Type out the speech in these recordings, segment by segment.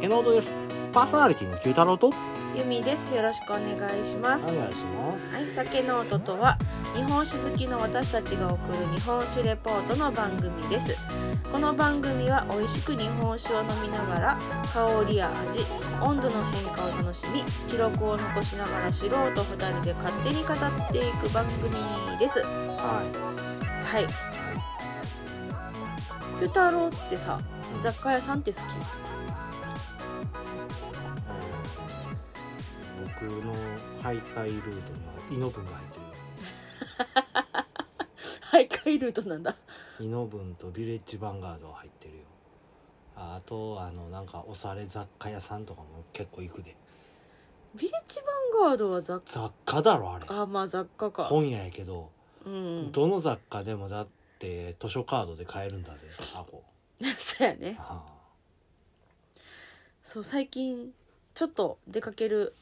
ケノードですパーソナリティの九太郎とおゆみです。よろしくお願いします。は願いしますい、酒ノートとは日本酒好きの私たちが送る日本酒レポートの番組です。この番組は美味しく日本酒を飲みながら香りや味、温度の変化を楽しみ、記録を残しながら素人二人で勝手に語っていく番組です。は。はい九太郎ってさ、雑貨屋さんって好き？ い、僕の徘徊ルートにはイノブンが入って徘徊ルートなんだ。るイノブンとビレッジヴァンガードは入ってるよああとあのなんかおしゃれ雑貨屋さんとかも結構行くでビレッジヴァンガードは雑貨雑貨だろあれあまあ雑貨か本屋やけど、うんどの雑貨でもだって図書カードで買えるんだぜあこ そうやねああそう最近ちょっと出かける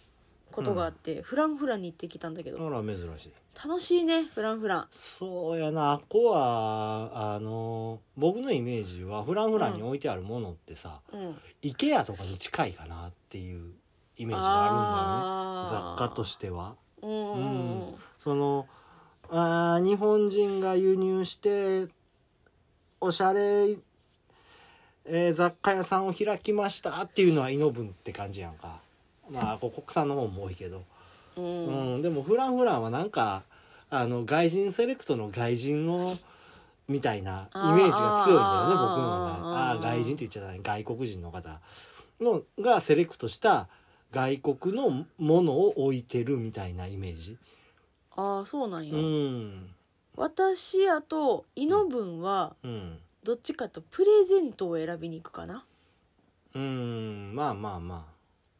ことがあって、フランフランに行ってきたんだけどほら珍しい楽しいねフランフランそうやなあっこはあの僕のイメージはフランフランに置いてあるものってさ、うんイケ IKEA とかに近いかなっていうイメージがあるんだよねあー雑貨としては。うんうんうんそのあー日本人が輸入しておしゃれ、えー雑貨屋さんを開きましたっていうのはイノブンって感じやんかまあこう国産の方も多いけど、うんうんうん、でもフランフランはなんかあの外人セレクトの外人をみたいなイメージが強いんだよね僕のはああーあー外人って言っちゃダメ外国人の方のがセレクトした外国のものを置いてるみたいなイメージああそうなんや、うん私やとイノブンはうんどっちかとプレゼントを選びに行くかな、うんまあまあま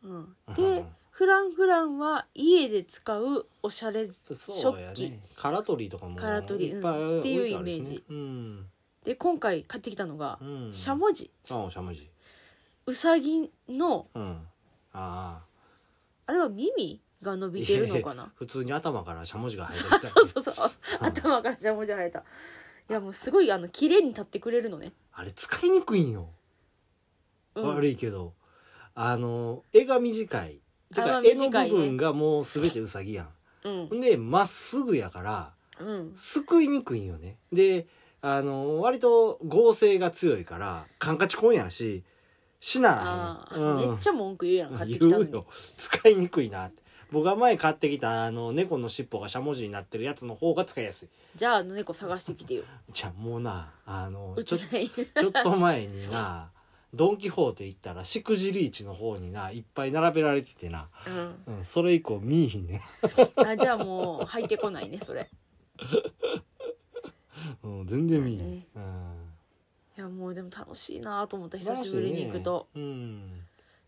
うんう、んでフランフランは家で使うおしゃれあそうや食器ね空取りとかも空取りいっぱい置てあるしねうんっていうイメージうんで今回買ってきたのが、うんしゃもじあしゃもじうさぎのうんあああれは耳が伸びてるのかな普通に頭からしゃもじが入ってきた そうそうそう頭からジャモジャ生えたいやもうすごいあの綺麗に立ってくれるのね、あれ使いにくいんよ、うん、悪いけどあの絵が短いてあまかあ絵の短部いね分がもう全てウサギやん、うんほんでまっすぐやからうんすくいにくいんよねであの割と合成が強いからカンカチコンやししならああ、へん、うん、めっちゃ文句言うやん買ってきた言のうによ使いにくいなって僕が前買ってきたあの猫の尻尾がしゃもじになってるやつの方が使いやすいじゃああの猫探してきてよじゃあもうなあのうちょちないちょっと前にな、ドン・キホーテ行ったら、しくじり市の方にな、いっぱい並べられててな、うんうん、それ以降見いひん ね。あじゃあもう入ってこないねそれうん、全然見いひん。ねいやもうでも楽しいなと思ったうん。久しぶりに行くと、楽しいね。うん。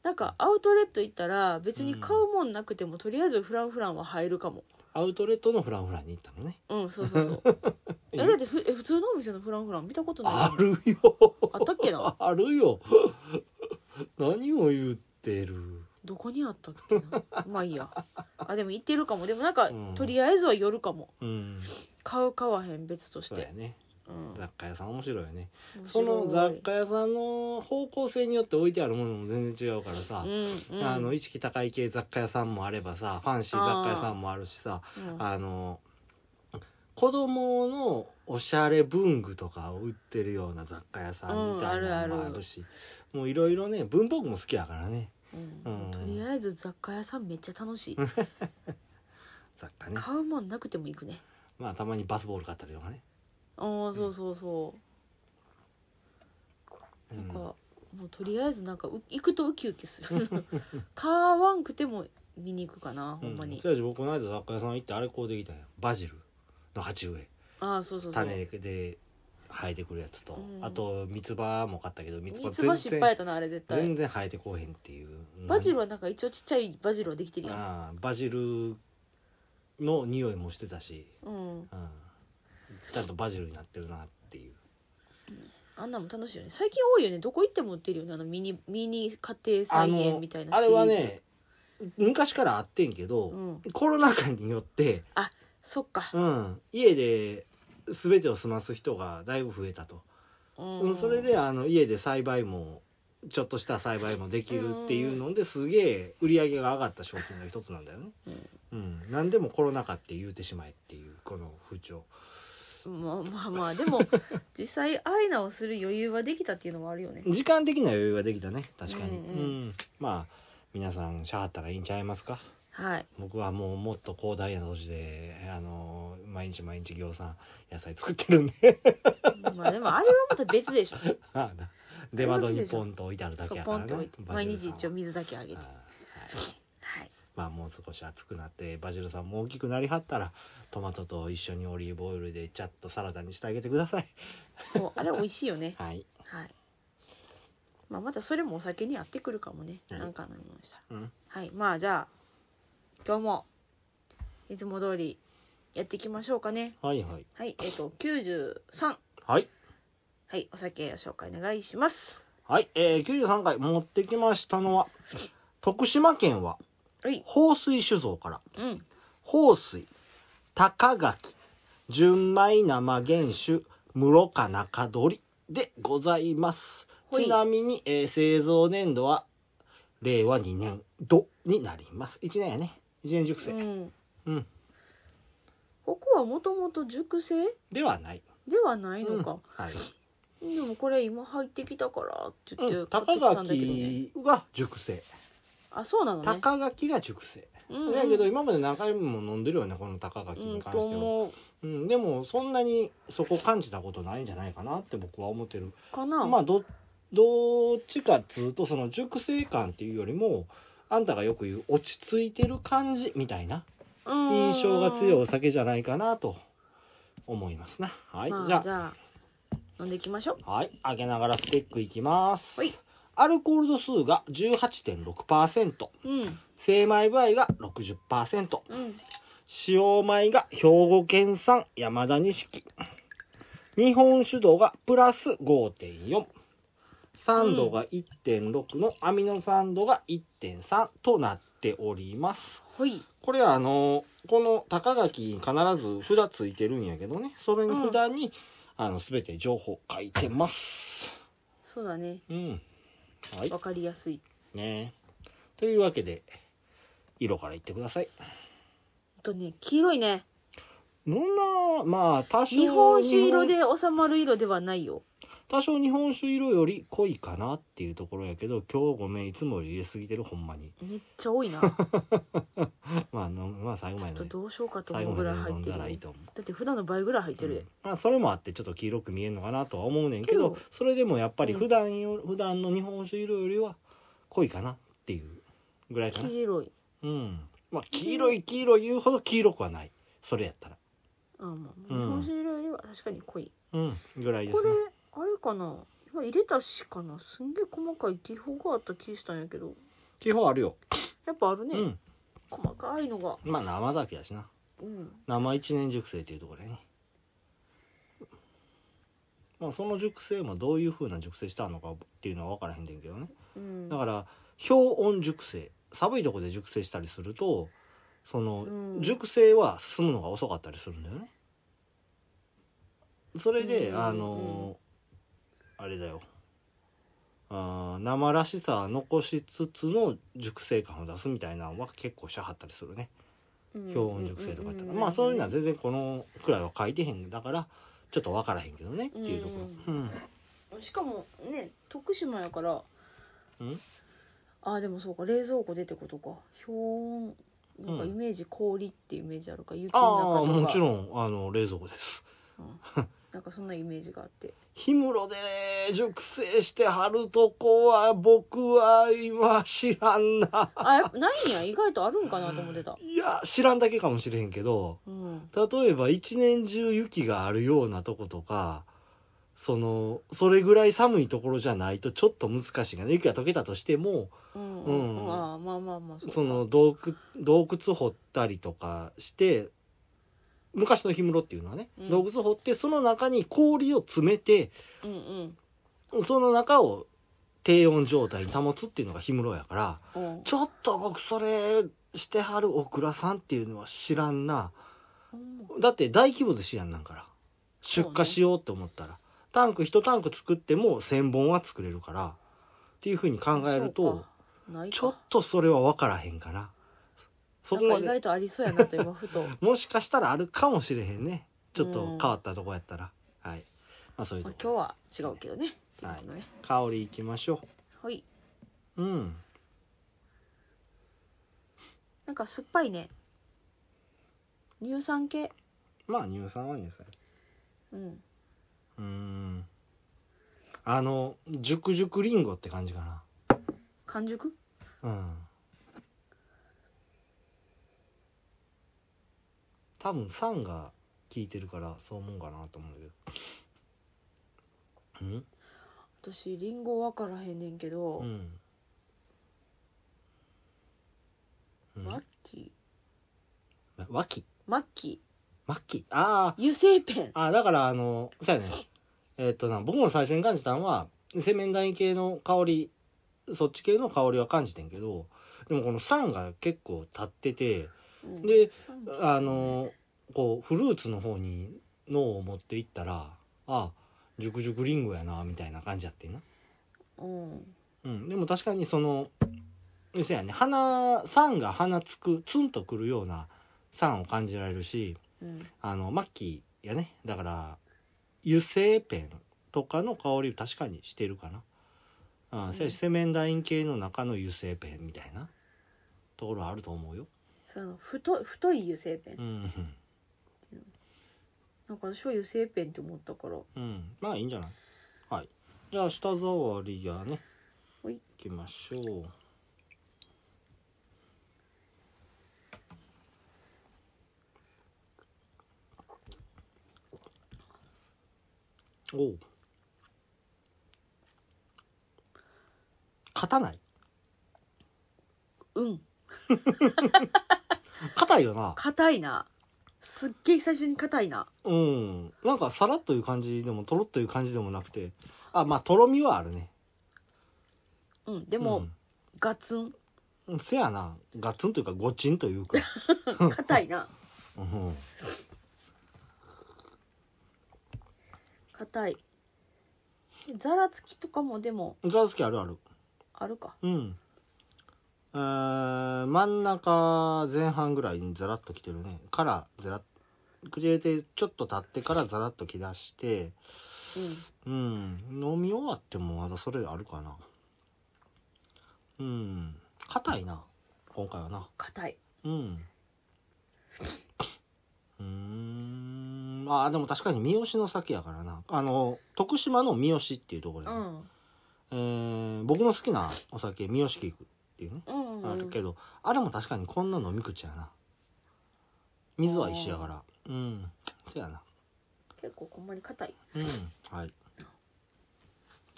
なんかアウトレット行ったら別に買うもんなくても、とりあえずフランフランは入るかもアウトレットのフランフランに行ったのね。うんそうそうそう えだってふえ普通のお店のフランフラン見たことないあるよ。 あったっけなあるよ。 何を言ってる。どこにあったっけな まあいいやあでも行ってるかもでもなんか、うんとりあえずは夜かもうん。買う買わへん別としそうやてね。うん雑貨屋さん面白いよね。面そ白いの雑貨屋さんの方向性によって置いてあるものも全然違うからさ。うん、うん、あの意識高い系雑貨屋さんもあればさファンシー雑貨屋さんもあるしさうんあの子供のおしゃれ文具とかを売ってるような雑貨屋さんみたいなのもあるし、もういろいろね文房具も好きやからねうんうんとりあえず雑貨屋さんめっちゃ楽しい雑貨ね買うもんなくても行くねまあたまにバスボール買ったりとかね、ああそうそうそう、うんなんかもうとりあえずなんかう行くとウキウキする 買わんくても見に行くかなほんまうに、そうやし僕この間雑貨屋さん行ってあれこうできたんやバジルの鉢植えああそうそうそう種で生えてくるやつと、うんあと三つ葉も買ったけど三つ葉三つ葉失敗や全ったなあれ絶然対全然生えてこうへんっていうバジルはなんか一応ちっちゃいバジルはできてるやんああバジルの匂いもしてたし、うん、うん、ちゃんとバジルになってるなっていうあんなんも楽しいよね最近多いよねどこ行っても売ってるよねあのミニミニ家庭あ菜園のみたいなあシれリーはズね昔からあってんけど、うんコロナ禍によって、そっか、うん、家で全てを済ます人がだいぶ増えたと、うんうんそれであの家で栽培もちょっとした栽培もできるっていうのですげえ売り上げが上がった商品の一つなんだよね。うん、何でもコロナ禍って言うてしまえっていうこの風潮。まあまあまあ でも実際アイナをする余裕はできたっていうのもあるよね時間的な余裕ができたね確かに、ううんんうんまあ皆さんしゃはったらいいんちゃいますかはい僕はもうもっと広大な年であの毎日毎日餃子野菜作ってるんで まあでもあれはまた別でしょまあな出窓にポンと置いてあるだけそうやポかンってら置いねてバ毎ジルさん日は一応水だけあげてあーはいはいまあもう少し暑くなってバジルさんも大きくなりはったらトマトと一緒にオリーブオイルでちゃっとサラダにしてあげてくださいそうあれ美味しいよねはい はい。まあまたそれもお酒に合ってくるかもね。うんなんか飲みましたうら。んはい。まあじゃあ今日もいつも通りやっていきましょうかね。はいはいはい。えっ、と93はいはいお酒を紹介お願いします。はい、えー、93回持ってきましたのは徳島県ははい。放水酒造からうん。放水高垣純米生原酒室賀中取でございますほいちなみに、えー製造年度は令和2年度になります1年やね1年熟成、うん。うんここはもともと熟成ではない、ではないのうんか。はいでもこれ今入ってきたからって言っうてん買っ高てきたんだけどね。垣が熟成、あそうなのね。高垣が熟成、うんうんだけど今まで何回も飲んでるよねこの高垣うにん関としては、思ううん、でもそんなにそこ感じたことないんじゃないかなって僕は思ってるかな。まあどどっちかっつうとその熟成感っていうよりもあんたがよく言う落ち着いてる感じみたいなうん印象が強いお酒じゃないかなと思いますなはい、まあ、じじゃゃああ飲んでいきましょうはい開けながらステックいきます、はいアルコール度数が18.6%うん精米部合が60%うん使用米が兵庫県産山田錦日本酒度がプラス5.4酸度が1.6のアミノ酸度が1.3となっておりますほいこれはあのこの高垣に必ず札ついてるんやけどねそれに札に、あの全て情報書いてますそうだねうんはいわかりやすいねというわけで色からいってくださいほんとね黄色いねそんなまあ多少日本酒色で収まる色ではないよ多少日本酒色より濃いかなっていうところやけど今日ごめんいつもより入れすぎてるほんまにめっちゃ多いなちまあのまあ最後ょまでっと飲んでどうしようかと最思後うぐまでらい入飲っんてだるらいいだと思うって普段の倍ぐらい入ってるで、まあそれもあってちょっと黄色く見えるのかなとは思うねんけどけどそれでもやっぱりうん普段よ、普段の日本酒色よりは濃いかなっていうぐらいかな黄色いうんまあ黄色い黄色い言うほど黄色くはないそれやったらあまうあん日本酒色よりは確かに濃い、うんぐらいでこすれねあれかな今入れたしかなすんげえ細かい気泡があった気したんやけど基本あるよ、やっぱあるね、うん細かいのがまあ生酒やしなうん生一年熟成っていうところやね、まあ、その熟成もどういう風な熟成したのかっていうのは分からへんねんけどねうんだから氷温熟成寒いとこで熟成したりするとそのうん熟成は進むのが遅かったりするんだよねそれで、うんあのあれだよあー生らしさは残しつつの熟成感を出すみたいなのは結構しゃはったりするね表標温熟成とか言ったら、まあそういうのは全然このくらいは書いてへんだからちょっと分からへんけどねっていうところ、うんしかもね徳島やからうんああでもそうか冷蔵庫でってことか氷温なんかうんイメージ氷ってイメージあるから雪あのあ中とかもちろんあの冷蔵庫ですなんかそんなイメージがあって氷室で熟成してはるとこは僕は今知らんなあやっぱないんや意外とあるんかなと思ってたいや知らんだけかもしれへんけどうん例えば一年中雪があるようなとことかそのそれぐらい寒いところじゃないとちょっと難しいがね雪が溶けたとしても、うんううんん、うんああまあまあまあそうかその洞窟洞窟掘ったりとかして昔の氷室っていうのはね、うん洞窟掘ってその中に氷を詰めてうんうんその中を低温状態に保つっていうのが氷室やからうんちょっと僕それしてはるオクラさんっていうのは知らんなだって大規模で知らんなんから出荷しようって思ったら、タンク一タンク作っても1,000本は作れるからっていうふうに考えるそうとかないかちょっとそれは分からへんかなそこなまんか意で外とありそうやなと 今ふともしかしたらあるかもしれへんねちょっうとん変わったとこやったら、はいまあそういうまとあこ今日は違うけどねっていうはことねい、香りいきましょはい、ううんなんか酸っぱいね乳酸系まあ乳酸は乳酸うんうーんあの熟熟りんごって感じか完熟なうん多分酸が効いてるからそう思うかなと思うんだけど私リンゴ分からへんねんけど、うんうんうんマッキわきーマッキマッキーあー油性ペンああだからあのそうやねえっとな僕も最初に感じたのは洗面台系の香りそっち系の香りは感じてんけどでもこの酸が結構立っててうんで酸気あのこうフルーツの方に脳を持っていったらあ熟熟リンゴやなみたいな感じやってんな、うんうん、でも確かにそのそうやね鼻酸が鼻つくツンとくるような酸を感じられるしうんあの、マッキーやね。だから、油性ペンとかの香りを確かにしてるかな。あうあ、んせやし、洗面台系の中の油性ペンみたいなところはあると思うよ。その太い太い油性ペン、うん。なんか私は油性ペンって思ったからうん。まあいいんじゃないはい。じゃあ、舌触りやね。ほい行きましょう。おう。硬ないうん硬いよな。硬いなすっげえ久しぶりに硬いなうん。なんかさらっという感じでも、とろっという感じでもなくて。あ、まあ、とろみはあるね。うんでも、ガツンうん、せやな。ガツンというか、ゴチンというか。 硬いなうん。硬いざらつきとかもでもザースキあるある。あるかうん。えー、真ん中前半ぐらいにザラッと来てるね。からザラッ、口入れてちょっと経ってからザラッと来だして、うん。飲み終わってもまだそれあるかな。うん。硬いな。今回はな。硬いうん。 うーん。ああ、でも確かに三好の先やからな。あの、徳島の三好っていうところうで、んえー僕の好きなお酒、三好キークっていうね。うんあるけど、あれも確かにこんな飲み口やな水は一緒やからうんそやな結構ほんまに硬いうんはい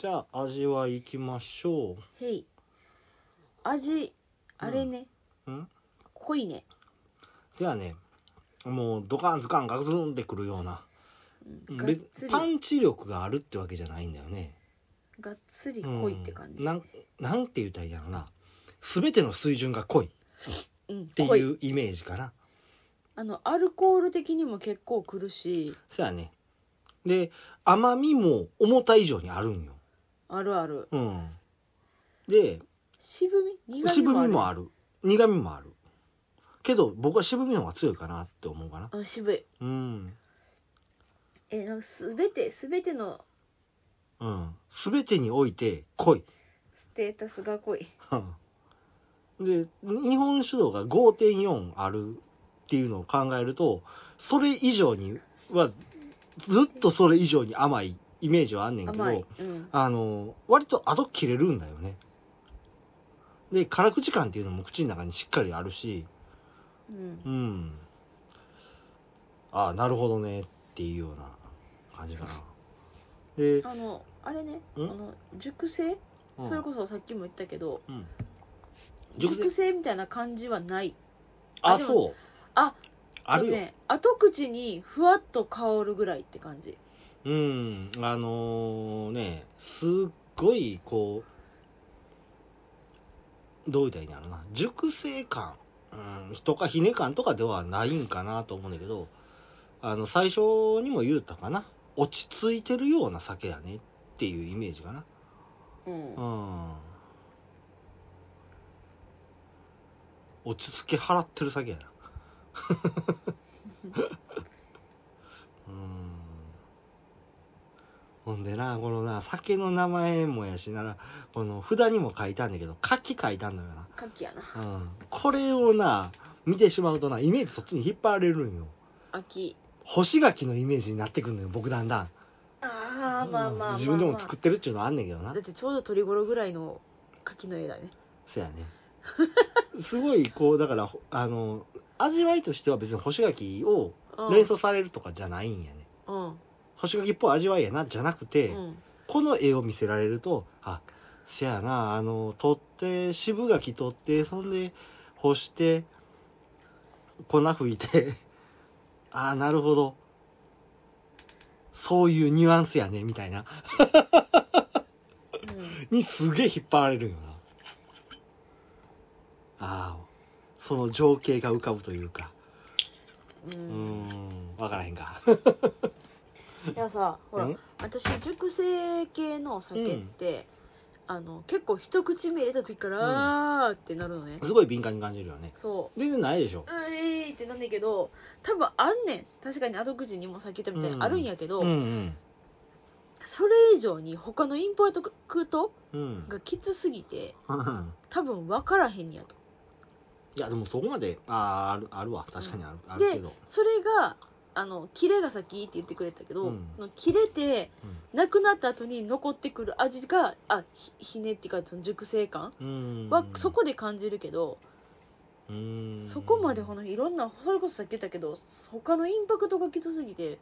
じゃあ味はいきましょへい味あれね、ううん濃いねそやねもうドカンズカンガツンってくるようなうんがっ別つにりパンチ力があるってわけじゃないんだよねがっつり濃いって感うじん、なんなんて言うたらいいんやろな全ての水準が濃いっうん、て濃いうイメージかなあのアルコール的にも結構くるしそやねで甘みも思った以上にあるんよあるあるうんで渋み苦渋みみももああるる苦みもあるけど僕は渋みの方が強いかなって思うかなうん渋いうんえなんか全て全てのうん全てにおいて濃い ステータスが濃いで日本酒度が5.4あるっていうのを考えるとそれ以上にはずっとそれ以上に甘いイメージはあんねんけ甘いど、うん、あの割と後切れるんだよねで辛口感っていうのも口の中にしっかりあるしうんう、ん。ああ、なるほどねっていうような感じかな。で、あのあれねあうんの熟成、うんそれこそさっきも言ったけどうん熟熟成成みたいな感じはないあ、でもそう。ああるよ。ね後口にふわっと香るぐらいって感じうん。あのーね、すっごい、こう、どう言ったらいいんだろうな。熟成感、うん、とかひね感とかではないんかなと思うんだけど、あの、最初にも言うたかな。落ち着いてるような酒やねっていうイメージかな。うんうん。落ち着き払ってる先やな うんほんでなこのな酒の名前もやしならこの札にも書いたんだけど柿書いたんだよなカキやなうんこれをな見てしまうとなイメージそっちに引っ張られるんよ秋干し柿のイメージになってくるのよ僕だんだんあーまあまあまあ、まあ、自分でも作ってるっていうのはあんねんけどなだってちょうど鳥頃ぐらいの柿の絵だねそやね すごいこうだからほあの味わいとしては別に干し柿をうん連想されるとかじゃないんやね、うん干し柿っぽい味わいやなじゃなくうて、んこの絵を見せられるとあせやなあの取って渋柿取ってそんで干して粉吹いて ああなるほどそういうニュアンスやねみたいなにすげえ引っ張られるよなああその情景が浮かぶというかうん、ううんんわからへんか いやさほら、うん私熟成系の酒って、あの結構一口目入れた時から、あーってなるのねすごい敏感に感じるよねそ全然ないでしょううえいってなんだけど多分あんねん確かに後口にもさっき言ったみたいにうんあるんやけど、うんそれ以上に他のインポートクトうんうんがきつすぎてうん 多分分からへんやといやでもそこまであーあるあるわ確かにある,、あるけでどそれがあのキレが先って言ってくれたけど、うんその切れてなくなった後に残ってくる味があひひねっていうかその熟成感うんはそこで感じるけど、うんそこまでこのいろんなそれこそさっき言ったけど他のインパクトがきつすぎて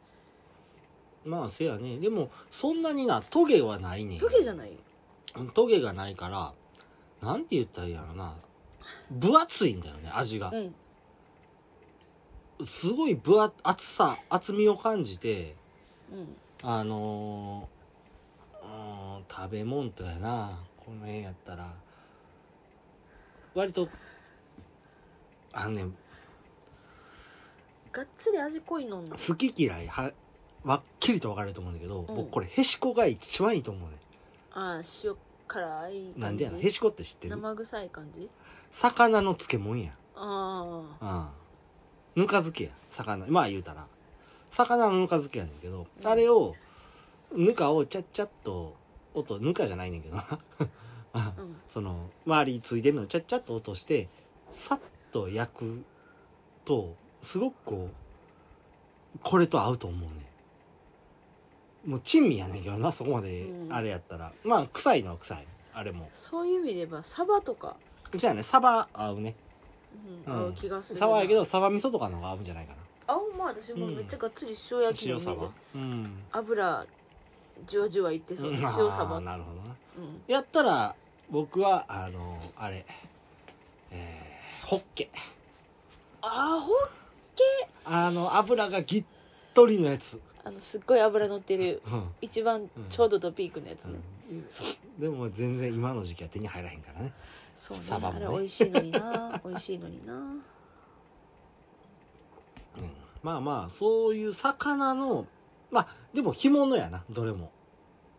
まあせやねでもそんなになトゲはないねトゲじゃないうんトゲがないからなんて言ったらいいやろな分厚いんだよね味がうんすごい分厚厚さ厚みを感じてうんあのーうーん食べ物とやなこの辺やったら割とあのねがっつり味濃いのんだ好き嫌いははっきりと分かれると思うんだけど、うん僕これへしこが一番いいと思うねあー塩辛い感じなんでやなへしこって知ってる生臭い感じ魚の漬物やあうん。ぬか漬けや。魚。まあ言うたら。魚のぬか漬けやねんけど、あれを、ぬかをちゃっちゃっと、音、ぬかじゃないねんけどな。 ああうんその、周りついてるのをちゃっちゃっと落として、さっと焼くと、すごくこう、これと合うと思うね。もう珍味やねんけどな、そこまでう、んあれやったら。まあ、臭いのは臭い。あれも。そういう意味で言えばサバとか、じゃあね、サバ合うね。うんうん合う気がするなサバやけど、サバ味噌とかの方が合うんじゃないかな。あまあ私もめっちゃがっつり塩焼き塩のイメサージ、バうん油じわじわいってそう、うん塩サあバーなるほどなうんやったら僕はあのあれえー、ホッケあーほあの油がぎっとりのやつ、あのすっごい油乗ってるうん一番ちょうどドピークのやつね、うんでも全然今の時期は手に入らへんからねそうねサバもねあれ美味しいのにな 美味しいのになまあまあそういう魚のまあでも干物やなどれも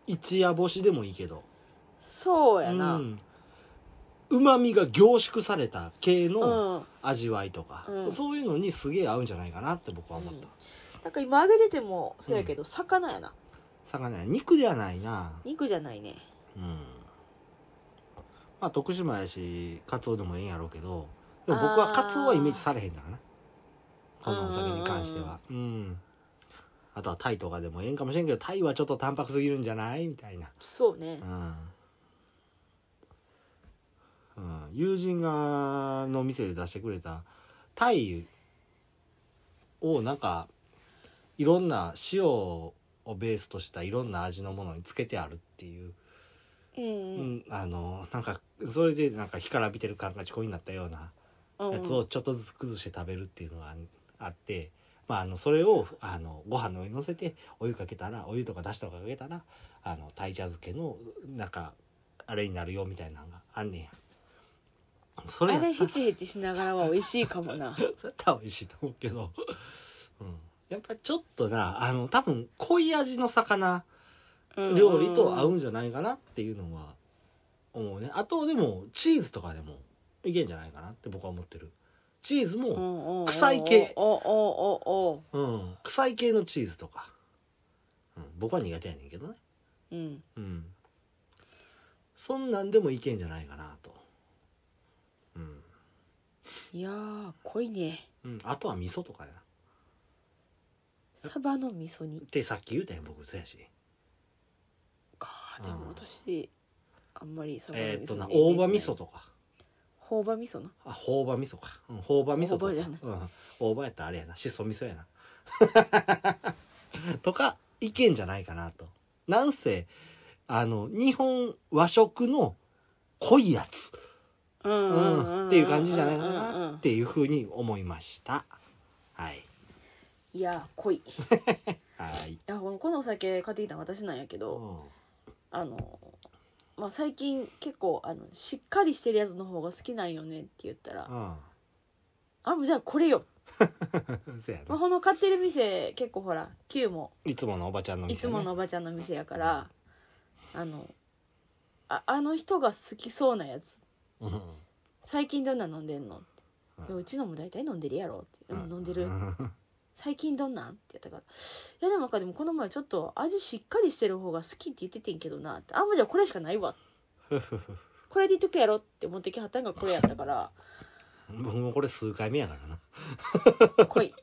一夜干しでもいいけどそうやなうま、みが凝縮された系うのん、味わいとか、うんそういうのにすげえ合うんじゃないかなって僕は思った、うんなんか今揚げててもそうやけど、魚やな魚や肉ではないな肉じゃないねうんまあ徳島やしカツオでもええんやろうけどでも僕はあーカツオはイメージされへんだからなこのお酒に関してはうんあとはタイとかでもええんかもしれんけどタイはちょっと淡白すぎるんじゃないみたいなそうねうん、うん、友人がの店で出してくれたタイをなんかいろんな塩をベースとしたいろんな味のものにつけてあるっていううんううんん、あのなんかそれでなんか火から浴びてる感がちこになったようなうんやつをちょっとずつ崩して食べるっていうのがああって、まあ、あのそれをあのご飯の上に乗せてお湯かけたらお湯とかだしとかかけたらあの鯛茶漬けのなんかあれになるよみたいなのがあんねやそれやあったられヘチヘチしながらは美味しいか もなそれやったら美味しいと思うけど、うん、やっぱちょっとなあの多分濃い味の魚料理と合うんじゃないかなっていうのは思うねあとでもチーズとかでもいけんじゃないかなって僕は思ってるチーズも、おうおうおう臭い系おうおうおうおうん、臭い系のチーズとか、うん、僕は苦手やねんけどねううんうんそんなんでもいけんじゃないかなとうん、いやー濃いねうん、あとは味噌とかやなサバの味噌煮ってさっき言うたやん僕そうやしかうんでも私あんまりサバの味噌えーっとなのイメー大ジ葉ない味噌とか朴葉味噌なあ朴葉味噌か、うん、朴葉味噌とか朴葉じゃないうん、朴葉やったらあれやなしそ味噌やな とかいけんじゃないかなとなんせあの日本和食の濃いやつ、ううんうんうんん、っていう感じじゃないかうんうんなうっんていうふうに思いましたはいいやー濃いいはい、やこのこのお酒買ってきたの私なんやけうどんあのまあ最近結構あのしっかりしてるやつの方が好きなんよねって言ったらあもうじゃあこれようん、そやまあ なこの買ってる店結構ほら Q もいつものおばちゃんのい店つね、ものおばちゃんの店やからあのああの人が好きそうなやつうん、最近どんな飲んでんのっていうやんうちのも大体飲んでるやろって、うん、飲んでるうん最近どんなんって言ったから「いやでもなんかでもこの前ちょっと味しっかりしてる方が好きって言っててんけどな」って「あもうじゃあこれしかな いわ」これでいっとくやろって持ってきはったんがこれやったから僕もこれ数回目やからな濃い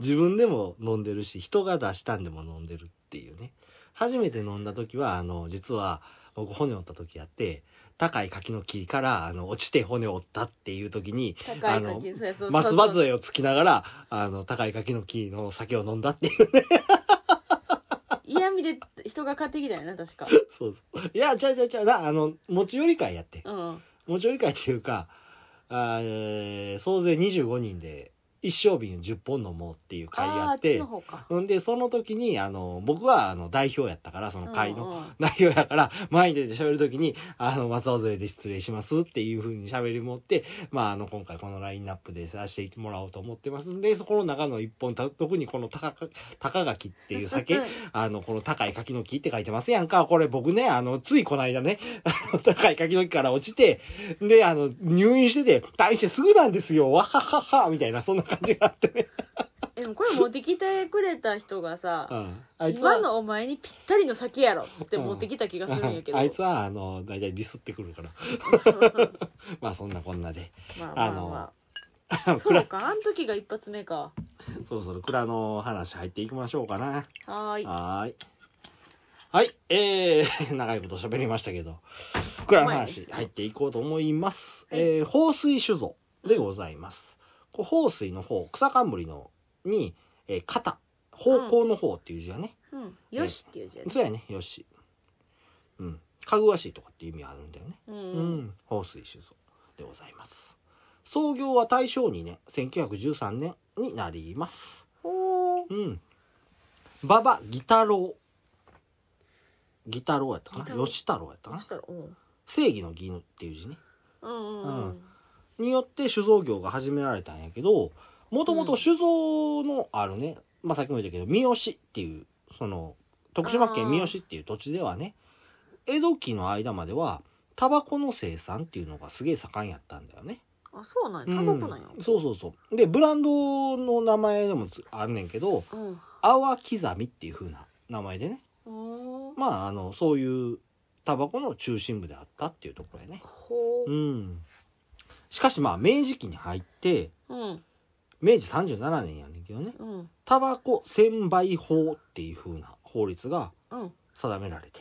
自分でも飲んでるし人が出したんでも飲んでるっていうね初めて飲んだ時はあの実は僕骨折った時やって高い柿の木からあの落ちて骨折ったっていう時に高いあの柿そうやそうそう松葉杖をつきながらあの高い柿の木の酒を飲んだっていう 嫌味で人が買ってきたよな確かそうそういやちゃうちゃうちゃうなあの持ち寄り会やってうん持ち寄り会っていうかあーえー総勢25人で一升瓶10本飲もうっていう会あやあーあっっちての方かほんで、その時に、あの、僕は、あの、代表やったから、その会うのんうん内容やから、前に出て喋る時に、あの、松尾添で失礼しますっていう風に喋り持って、まあ、あの、今回このラインナップでさせてもらおうと思ってますんで、そこの中の一本、た特にこの高か、高柿っていう酒うん、あの、この高い柿の木って書いてますやんか。これ僕ね、あの、ついこの間ね、 あの、高い柿の木から落ちて、で、あの、入院してて、退院してすぐなんですよ、わははは、みたいな、そんな感じがあってね。でもこれ持ってきてくれた人がうさん。 「あいつは今のお前にぴったりの酒やろ」っつって持ってきた気がするんやけどあいつはあの大体ディスってくるからまあそんなこんなで まあま あまあそうかあん時が一発目かそろそろ蔵の話入っていきましょうかなはーいはーいはいえー、 長いこと喋りましたけど蔵の話入っていこうと思います、はいえー、放水酒造でございます、こう放水の方草冠のに、えー、肩方向の方っていう字やね、うん、よしっていう字やね。そうやねよしうんかぐわしいとかっていう意味あるんだよねう。うんん、放水酒造でございます創業は大正2年1913年になりますほう。うん馬場義太郎義太郎やったか義な太郎吉太郎やったかそなしたら、うん。正義の義っていう字ねうんうんうん。によって酒造業が始められたんやけどもともと酒造のあるね、まあさっきも言ったけど三好っていうその徳島県三好っていう土地ではね江戸期の間まではタバコの生産っていうのがすげえ盛んやったんだよね。あ、そうなんや。タバコなんや。うんそうそうそうでブランドの名前でもつあんねんけどうん。 「泡刻み」っていう風な名前でねほう。まああのそういうタバコの中心部であったっていうところやねほうんしかしまあ明治期に入ってう。うん。明治37年やねんけどねうん。タバコ専売法っていう風な法律がうん。定められて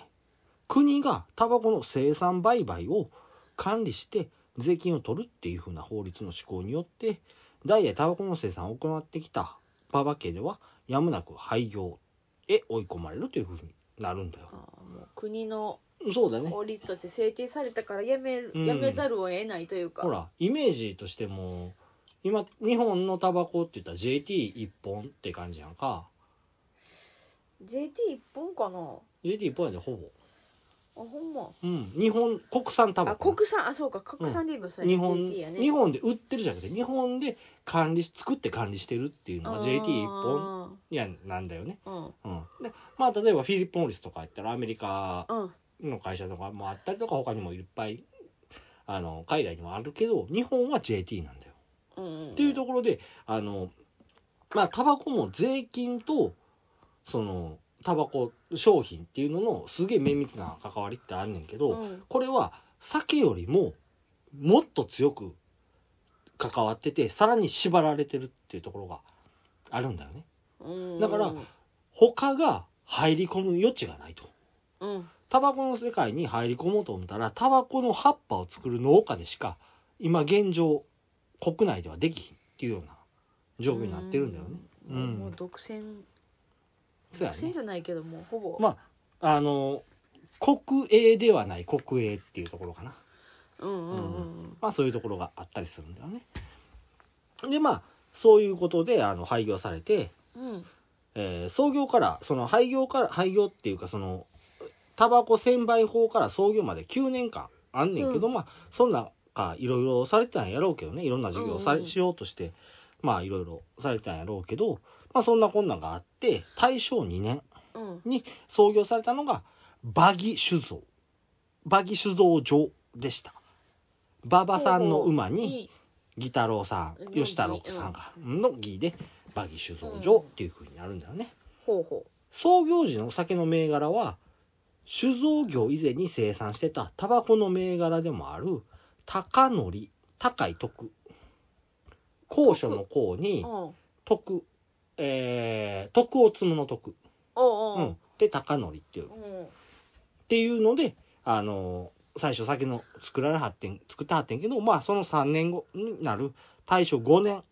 国がタバコの生産売買を管理して税金を取るっていう風な法律の施行によって代々タバコの生産を行ってきた馬場家ではやむなく廃業へ追い込まれるという風になるんだよあ。ーもう国のそうだね。法律として制定されたからやめる、うんやめざるを得ないというか。ほ。らイメージとしても今日本のタバコって言ったら JT1 本って感じやんか JT 一本かな。あ、 JT1 本やでほぼ。ほんま。うん、日本国産タあ、バコ国産、あ、そうか。国産で言えばそう日やね。本 JT やね。日本で売ってるじゃなくて日本で管理し作って管理してるっていうのが JT 一本本。いやなんだよね、うん。うん、でまあ例えばフィリップ・モリスとかやったらアメリカうん。の会社とかもあったりとか他にもいっぱいあの海外にもあるけど日本は JT なんだよあうんっていうところであのまあタバコも税金とそのタバコ商品っていうののすげえ綿密な関わりってあんねんけど、うんこれは酒よりももっと強く関わっててさらに縛られてるっていうところがあるんだよね。うんだからうん他が入り込む余地がないと。うんタバコの世界に入り込もうと思ったらタバコの葉っぱを作る農家でしか今現状国内ではできひんっていうような状況になってるんだよね。う、うんもうん独占そうや独占ねじ。ゃないけどもうほぼ、まああの国営ではない国営っていうところかな。うんうんうんまあそういうところがあったりするんだよね。でまあそういうことであの廃業されて、うんうんえー創業からその廃業から廃業っていうかそのタバコ専売法から創業まで9年間あんねんけど、まあそんなかいろいろされてたんやろうけどねいろんな授業をされ、うんうんしようとしてまあいろいろされてたんやろうけど、まあ、そんなこんなんがあって大正2年うんに創業されたのが馬木酒造馬木酒造所でした。馬場さんの馬に、ギタロウさんうん吉太郎さんがのギでバギー酒造所っていう風になるんだよね、ほうほ創業時のお酒の銘柄は酒造業以前に生産してたタバコの銘柄でもある高則高い徳高所の高うにうんおう徳えー、徳を積むの徳、おうう、おうんで高則っていううんっていうので、あの最初酒の作られはってん、作ってはってんけど、まあその3年後になる大正5年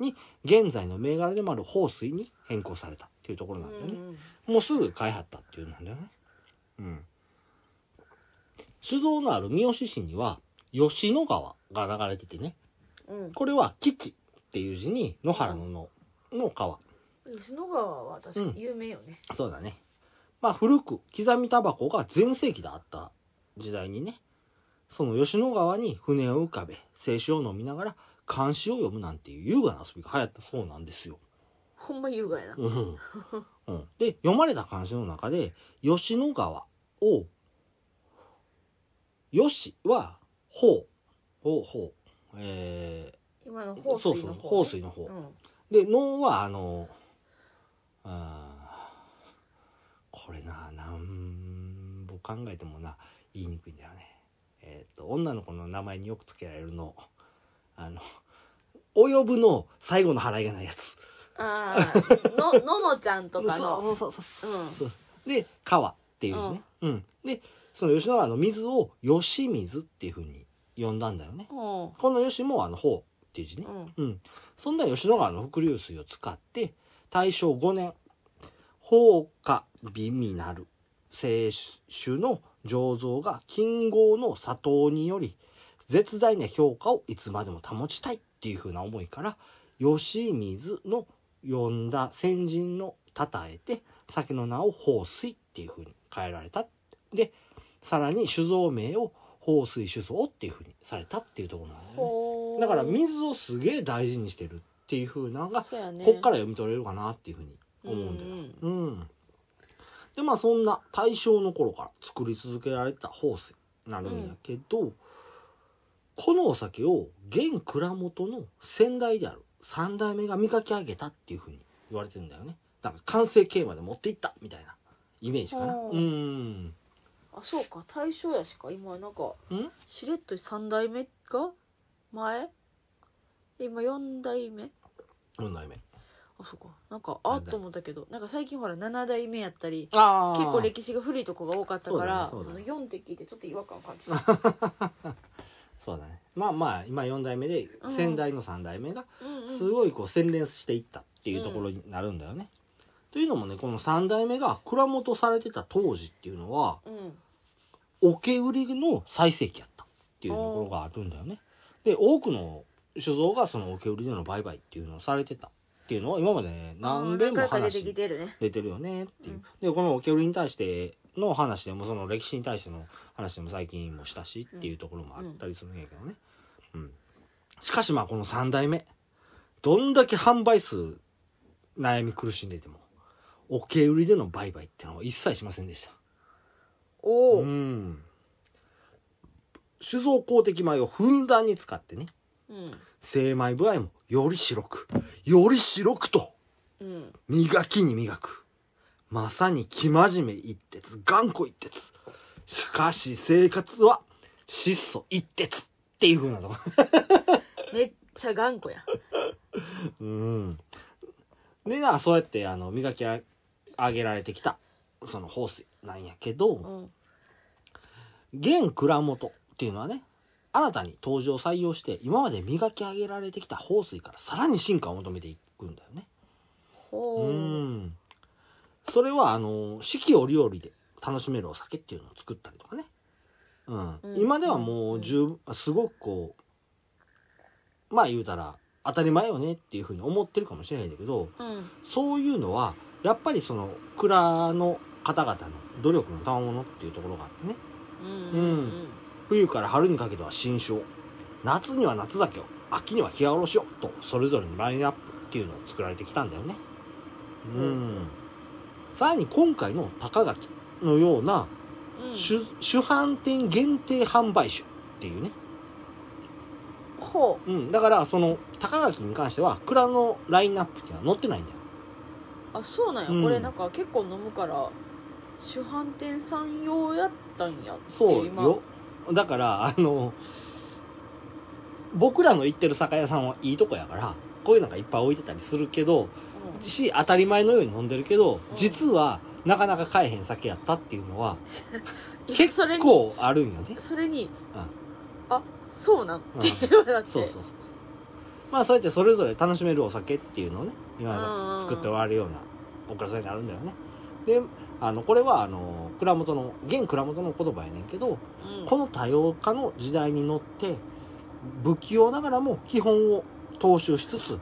に現在の銘柄でもある放水に変更されたっていうところなんだよね。もうすぐ買いはったっていうのなんだよね。うん。酒造のある三好市には吉野川が流れててね、うんうんこれは基地っていう字に野原の野の川。西野川は確かに有名よねそうだね。まあ古く刻みタバコが全盛期であった時代にね、その吉野川に船を浮かべ、清酒を飲みながら漢詩を読むなんていう優雅な遊びが流行ったそうなんですよ。ほんま優雅やなうん。うん、で、読まれた漢詩の中で、吉野川を、吉は、ほう、ほうほう、え今のー、放そう水そのう、方放水の方。うんで能はあのあーこれななんぼ考えてもな言いにくいんだよねえっ、と女の子の名前によくつけられるのあの「及ぶ」の最後の払いがないやつああのののちゃんとかのそうそうそうそうんうで「川」っていう字ね、うんでその吉野川の水を「吉水」っていうふうに呼んだんだよねうんこの「吉」もあの「ほう」っていう字ね、うんうん、そんな吉野川の伏流水を使って大正5年放火美味なる清酒の醸造が金剛の佐藤により絶大な評価をいつまでも保ちたいっていう風な思いから吉水の呼んだ先人の称えて酒の名を放水っていう風に変えられたでさらに酒造名を放水酒造っていう風にされたっていうところなんだよね。ほうだから水をすげえ大事にしてるっていう風なのが、そうやねこっから読み取れるかなっていう風に思うんだよ。うんでまあそんな大正の頃から作り続けられてたホースになるんだけど、このお酒を現蔵元の先代である三代目が磨き上げたっていう風に言われてるんだよね。だから完成形まで持っていったみたいなイメージかな。ほううん。あそうか大正やしか今なんかうんしれっと三代目が前で今四代目四代目。あそうかなんかあなんっだと思ったけどなんか最近ほら7代目やったりああ。結構歴史が古いとこが多かったから、そうだねそうだね4って聞いてちょっと違和感を感 じた、そうだね。まあまあ今四代目でうん先代の三代目がうんうんすごいこう洗練していったっていうところになるんだよね。というのもねこの3代目が蔵元されてた当時っていうのはうん桶売りの最盛期やったっていうところがあるんだよね。で多くの酒造がその桶売りでの売買っていうのをされてたっていうのは今までね何べんも何回か出話てきてるね。出てるよねっていううんでこの桶売りに対しての話でもその歴史に対しての話でも最近もしたしっていうところもあったりするんやけどね。うん。しかしまあこの3代目どんだけ販売数悩み苦しんでても桶売りでの売買ってのは一切しませんでした。おおうん。酒造公的米をふんだんに使ってねううん精米部合もより白くより白くとうん磨きに磨くまさに生真面目一徹頑固一徹しかし生活は質素一徹っていうふうなとこめっちゃ頑固や うんでなそうやってあの磨きあ上げられてきたそのホースなんやけど、うん現蔵元っていうのはね新たに登場採用して今まで磨き上げられてきた放水からさらに進化を求めていくんだよねうほうんそれはあの四季折々で楽しめるお酒っていうのを作ったりとかね、うんうん今ではもう十分すごくこうまあ言うたら当たり前よねっていうふうに思ってるかもしれないんだけどうんそういうのはやっぱりその蔵の方々の努力の賜物っていうところがあってねうんうん冬から春にかけては新酒を夏には夏酒を秋には冷やおろしをとそれぞれのラインナップっていうのを作られてきたんだよねうんさらに今回の高垣のようなうん酒,、酒販店限定販売酒っていうね、ほうん、だからその高垣に関しては蔵のラインナップっていうのは載ってないんだようあそうなんや、うんこれなんか結構飲むから主販店さん用やったんやってそう今よだからあの僕らの行ってる酒屋さんはいいとこやからこういうのがいっぱい置いてたりするけどうんし当たり前のように飲んでるけど実はなかなか買えへん酒やったっていうのは結それに構あるんよねそれにうんあそうなんっうんて言われてそうそうそうまあそうやってそれぞれ楽しめるお酒っていうのをねうんうんう今ん作っておられるようなお蔵さんになるんだよねであのこれはあの蔵元の現蔵元の言葉やねんけどうんこの多様化の時代に乗って不器用ながらも基本を踏襲しつつ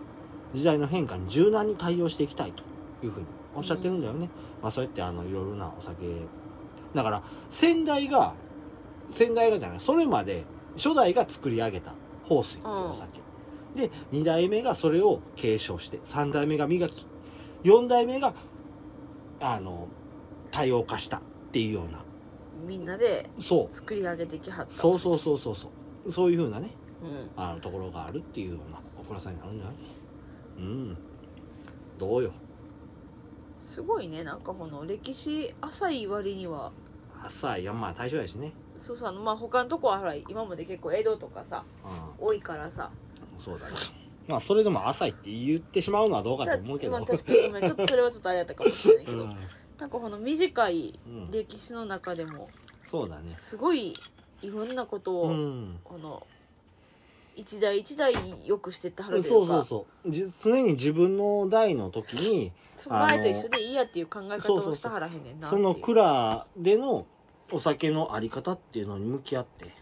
時代の変化に柔軟に対応していきたいというふうにおっしゃってるんだよね、まあそうやってあのいろいろなお酒だから先代が先代がじゃないそれまで初代が作り上げた豊水というお酒、で2代目がそれを継承して3代目が磨き4代目があの多様化したっていうようなみんなでそう作り上げてきはったそうそうそうそうそうそういうふうなねうんあのところがあるっていうようなお蔵さんになるんじゃないうんどうよすごいねなんかこの歴史浅い割には朝いやまあ大将やしねそうそうあのまあ他のとこはほら今まで結構江戸とかさう多いからさんそうだねまあそれでも浅いって言ってしまうのはどうかだと思うけどまあ、確かにごめんちょっとそれはちょっとあれやったかもしれない けうど、んなんかこの短いうん歴史の中でもそうだねすごいいろんなことを、うんこの一代一代よくしてってはるといそううそかうそうじ常に自分の代の時にその前と一緒でいいやっていう考え方をしたはらへんねんなっそていうの蔵でのお酒のあり方っていうのに向き合って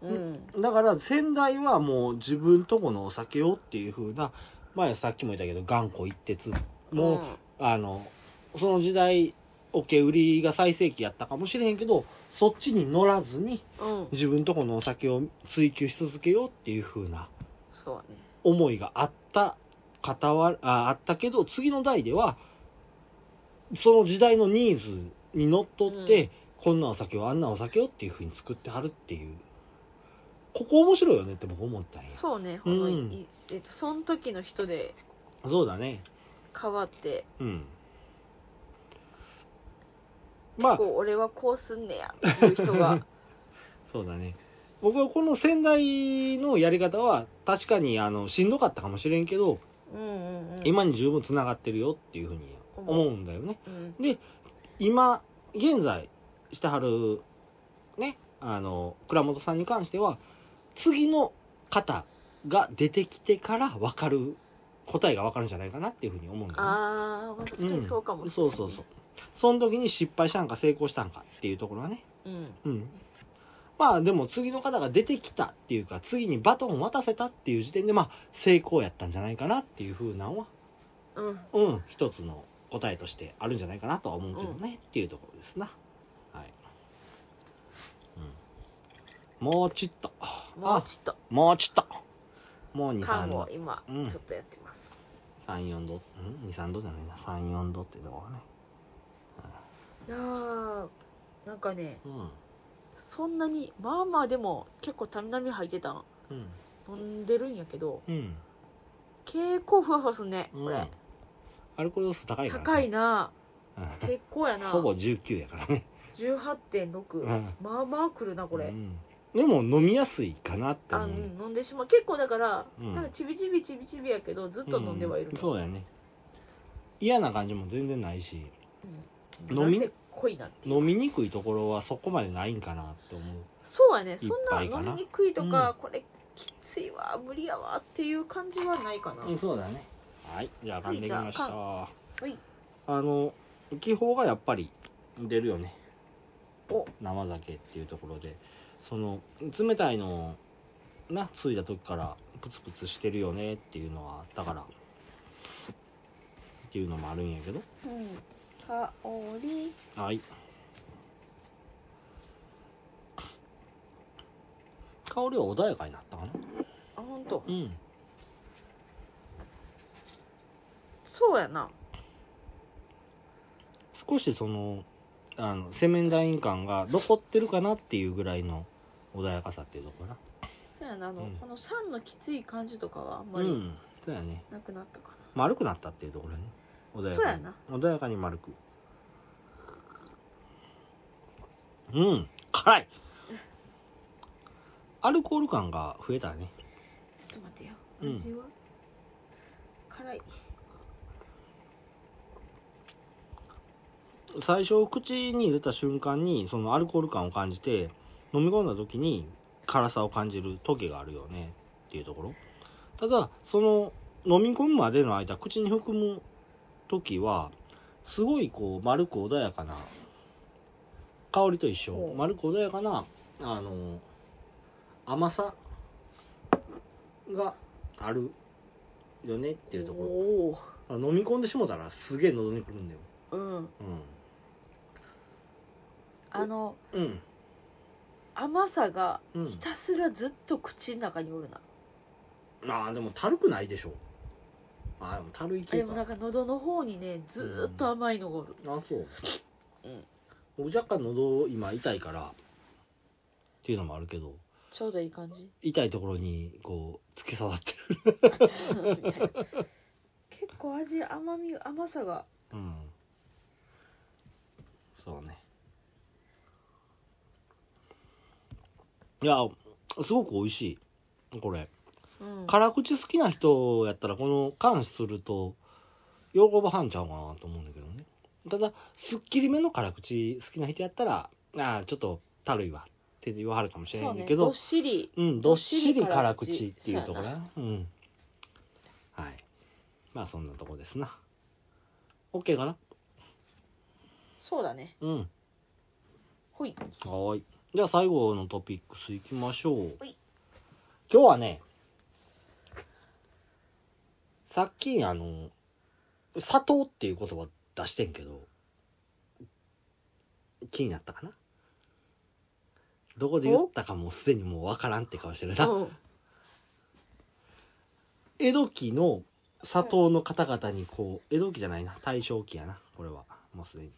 うんだから先代はもう自分とこのお酒をっていう風な前さっきも言ったけど頑固一徹もう、あのその時代おけ売りが最盛期やったかもしれへんけどそっちに乗らずにうん、うん、自分とこのお酒を追求し続けようっていう風なそうね思いがあった傍わああったけど次の代ではその時代のニーズにのっとって、うんこんなお酒をあんなお酒をっていう風に作ってはるっていうここ面白いよねって僕思ったんやそうねこの、うんいえっと、その時の人でそうだね変わってうんまあこう俺はこうすんねやっていう人 がそうだね僕はこの先代のやり方は確かにあのしんどかったかもしれんけど、うんうんうん、今に十分つながってるよっていうふうに思うんだよねうん、今現在してはるねあの倉本さんに関しては次の方が出てきてから分かる答えが分かるんじゃないかなっていうふうに思うんだよねあー、まあ確かにそうかも、ん、そうそうそうその時に失敗したんか成功したんかっていうところはねう、うん、うんまあでも次の方が出てきたっていうか次にバトンを渡せたっていう時点でまあ成功やったんじゃないかなっていうふうなんはうん、うん一つの答えとしてあるんじゃないかなとは思うけどね、っていうところですなはい、うん、もうちっともうあちょっもうちっともうと缶23を度今うんちょっとやってます、 34度うん23度じゃないな34度ってとこがねいやーなんかねうんそんなにまあまあでも結構たみなみ入ってたんうん飲んでるんやけどうん結構ふわふわすんねこうんれ、アルコール度数高いから、高いなうん結構やなほぼ19やからね18.6、うんまあまあくるなこれ、うんでも飲みやすいかなってあ思うんう飲んでしまう結構だから、うんなんかちびちびちびちびやけどずっと飲んではいるうのそうだよね嫌な感じも全然ないしうん飲みなぜ濃いなっていう飲みにくいところはそこまでないんかなって思うそうやねいそっんなぱいか飲なみにくいとか、これきついわ無理やわっていう感じはないかな、うん、そうだねはいじゃあは噛いんできました、じゃはいあの気泡がやっぱり出るよねお生酒っていうところでその冷たいのをなついた時からプツプツしてるよねっていうのはだからっていうのもあるんやけどうん香りはい香りは穏やかになったかなあ本当うんそうやな少しそのあの洗面台感が残ってるかなっていうぐらいの穏やかさっていうところかそうやなあの、うんこの酸のきつい感じとかはあんまなうりんそうやねなくなったかな、丸くなったっていうところね穏やかにそうやな穏やかに丸くうん辛いアルコール感が増えたねちょっと待ってようん味は、辛い最初口に入れた瞬間にそのアルコール感を感じて飲み込んだ時に辛さを感じるトゲがあるよねっていうところただその飲み込むまでの間口に含む時はすごいこう丸く穏やかな香りと一緒お丸く穏やかなあの甘さがあるよねっていうとこおろ飲み込んでしもたらすげえ喉にくるんだよおうんあのうんうん甘さがうんひたすらずっと口の中におるな、ああでもたるくないでしょあーでもたるいあ系でもかなんか喉の方にねずーっと甘いのがおる、あそう、僕若干喉今痛いからっていうのもあるけどちょうどいい感じ痛いところにこう突き刺さってる結構味甘み甘さがうんそうねいやすごく美味しいこれうん辛口好きな人やったらこの缶すると喜ぶはんちゃうかなと思うんだけどねただすっきりめの辛口好きな人やったらああちょっとたるいわって言わはるかもしれないそうんだねけどどっしりうんどっしり辛口っていうところなうんはいまあそんなとこですな OK かなそうだねうんほいはーい。じゃあ最後のトピックスいきましょうはい。今日はね、さっきあの、砂糖っていう言葉出してんけど、気になったかなどこで言ったかもうすでにもうわからんって顔してるな。うん江戸期の砂糖の方々にこう、江戸期じゃないな、大正期やな、これは。もうすでに。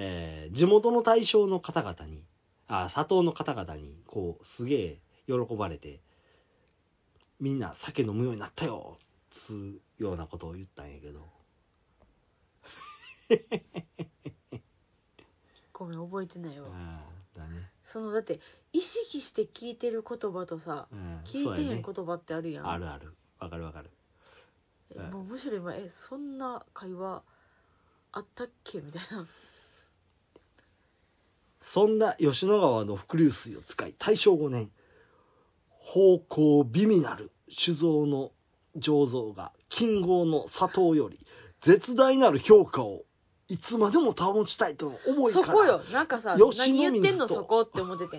えー地元の大正の方々に、あ、砂糖の方々に、こう、すげえ喜ばれて、みんな酒飲むようになったよつうようなことを言ったんやけど。ごめん覚えてないわあーだね。そのだって意識して聞いてる言葉とさうん。聞そういてやへねん言葉ってあるやんあるある。わかるわかる。えもうむしろ今えそんな会話あったっけみたいなそんな吉野川の伏流水を使い大正5年方向美味なる酒造の醸造が金剛の砂糖より絶大なる評価をいつまでも保ちたいとの思いかそらこよなんかさ吉何野水と言ってんのそこって思ってて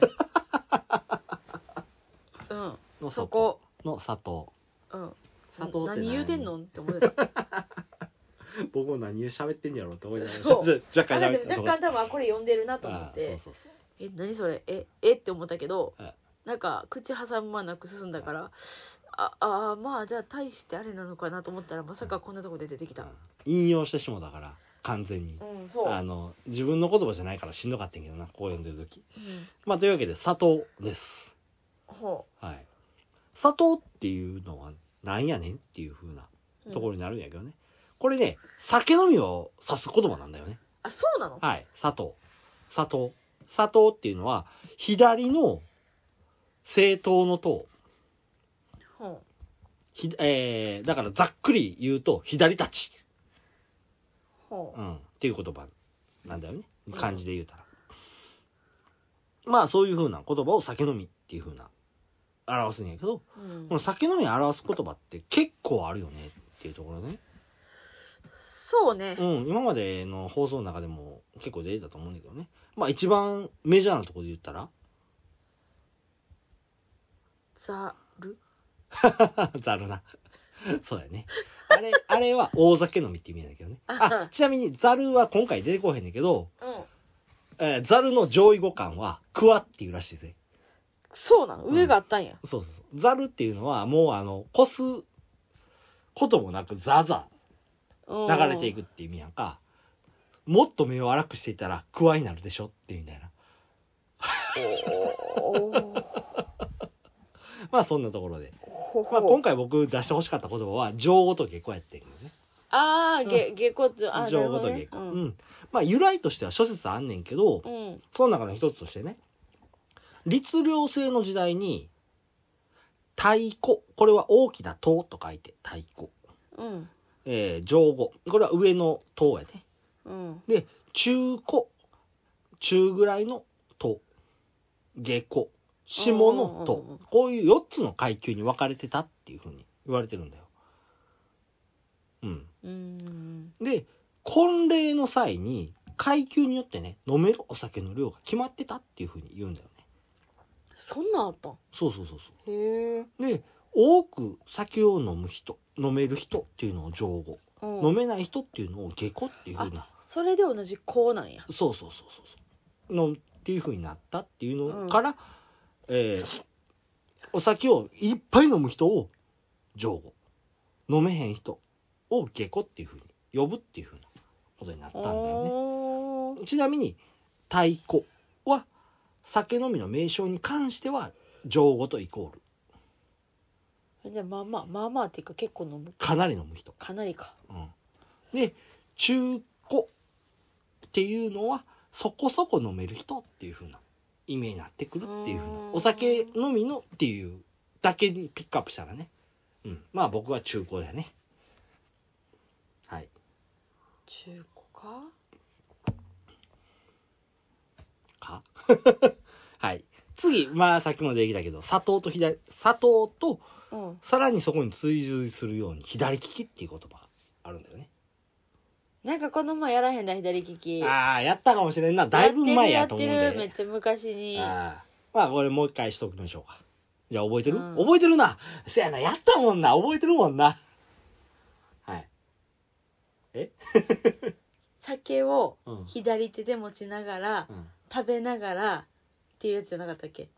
うのんそこの砂糖うん砂糖って何何言うてんのって思ってた僕も何を喋ってんやろうと思いながらそう若若あ干で喋もってたとこ 若干多分あこれ読んでるなと思っあーそてうそうそうえ何それええって思ったけどはいなんか口挟まなく進んだからああーまあじゃあ大してあれなのかなと思ったらまさかこんなとこで出てきた引用してしもだから完全にうんそう、あの自分の言葉じゃないからしんどかったんやけどなこう読んでる時うん、まあというわけで砂糖ですほはい。砂糖っていうのはなんやねんっていう風なうんところになるんやけどね。これね、酒飲みを指す言葉なんだよね。あそうなのはい、砂糖。砂糖。砂糖っていうのは、左の正当の糖。ほひえー、だからざっくり言うと、左立ち。うほう、うんっていう言葉なんだよねん漢字で言うたら、まあそういうふうな言葉を酒飲みっていうふうな表すんやけどうんこの酒飲みを表す言葉って結構あるよねっていうところね、そうねうん、今までの放送の中でも結構出てたと思うんだけどねまあ一番メジャーなところで言ったら ざるざるな そうだよねあれあれは大酒飲みって意味なんだけどねあちなみにざるは今回出てこへんねんけどうんえーざる、の上位互換はクワっていうらしいぜそうなの上があったんやそうそうそう。ザルっていうのはもうあの、こすこともなくザザうん流れていくっていう意味やんか。もっと目を荒くしていたらクワになるでしょっていうみたいな。おーまあそんなところで。ほまあ今ほ回僕出して欲しかった言葉は、情語と下戸やってるけどね。 ああげ下校ってあなる情ほ語とど下ね戸、ううんん。まあ由来としては諸説あんねんけど、うんその中の一つとしてね、律令制の時代に、太鼓。これは大きな塔と書いて太鼓。うんえー、上語。これは上の塔やね。うんで、中古、中ぐらいのと、下戸、下のうんうんうんと、こういう4つの階級に分かれてたっていうふうに言われてるんだよ。うん。うんで、婚礼の際に、階級によってね、飲めるお酒の量が決まってたっていうふうに言うんだよね。そんなんあったんそうそうそうそへえう。で、多く酒を飲む人、飲める人っていうのを上語、飲めない人っていうのを下戸っていうふうな。それで同じこうなんやそうそうそうそうそうのっていう風になったっていううんのから、えーお酒をいっぱい飲む人を上語飲めへん人を下戸っていう風に呼ぶっていう風なことになったんだよおーねちなみに太鼓は酒飲みの名称に関しては上語とイコールじゃあまあまあまあまあっていうか結構飲むかなり飲む人かなりかうん、で中古っていうのはそこそこ飲める人っていう風な意味になってくるっていう風うーなん。んお酒飲みのっていうだけにピックアップしたらね、うん、まあ僕は中古だよねはい中古かか はい次まあさっきもできたけど砂糖と左砂糖とうんさらにそこに追随するように左利きっていう言葉があるんだよねなんかこの前やらへんだ左利きああやったかもしれんなだいぶ前やと思うんでやってるやってるめっちゃ昔にああまあこれもう一回しときましょうか。じゃあ覚えてる、うん覚えてるなせやな、やったもんな覚えてるもんなはい。酒をうん左手で持ちながらうん。食べながらっていうやつじゃなかったっけ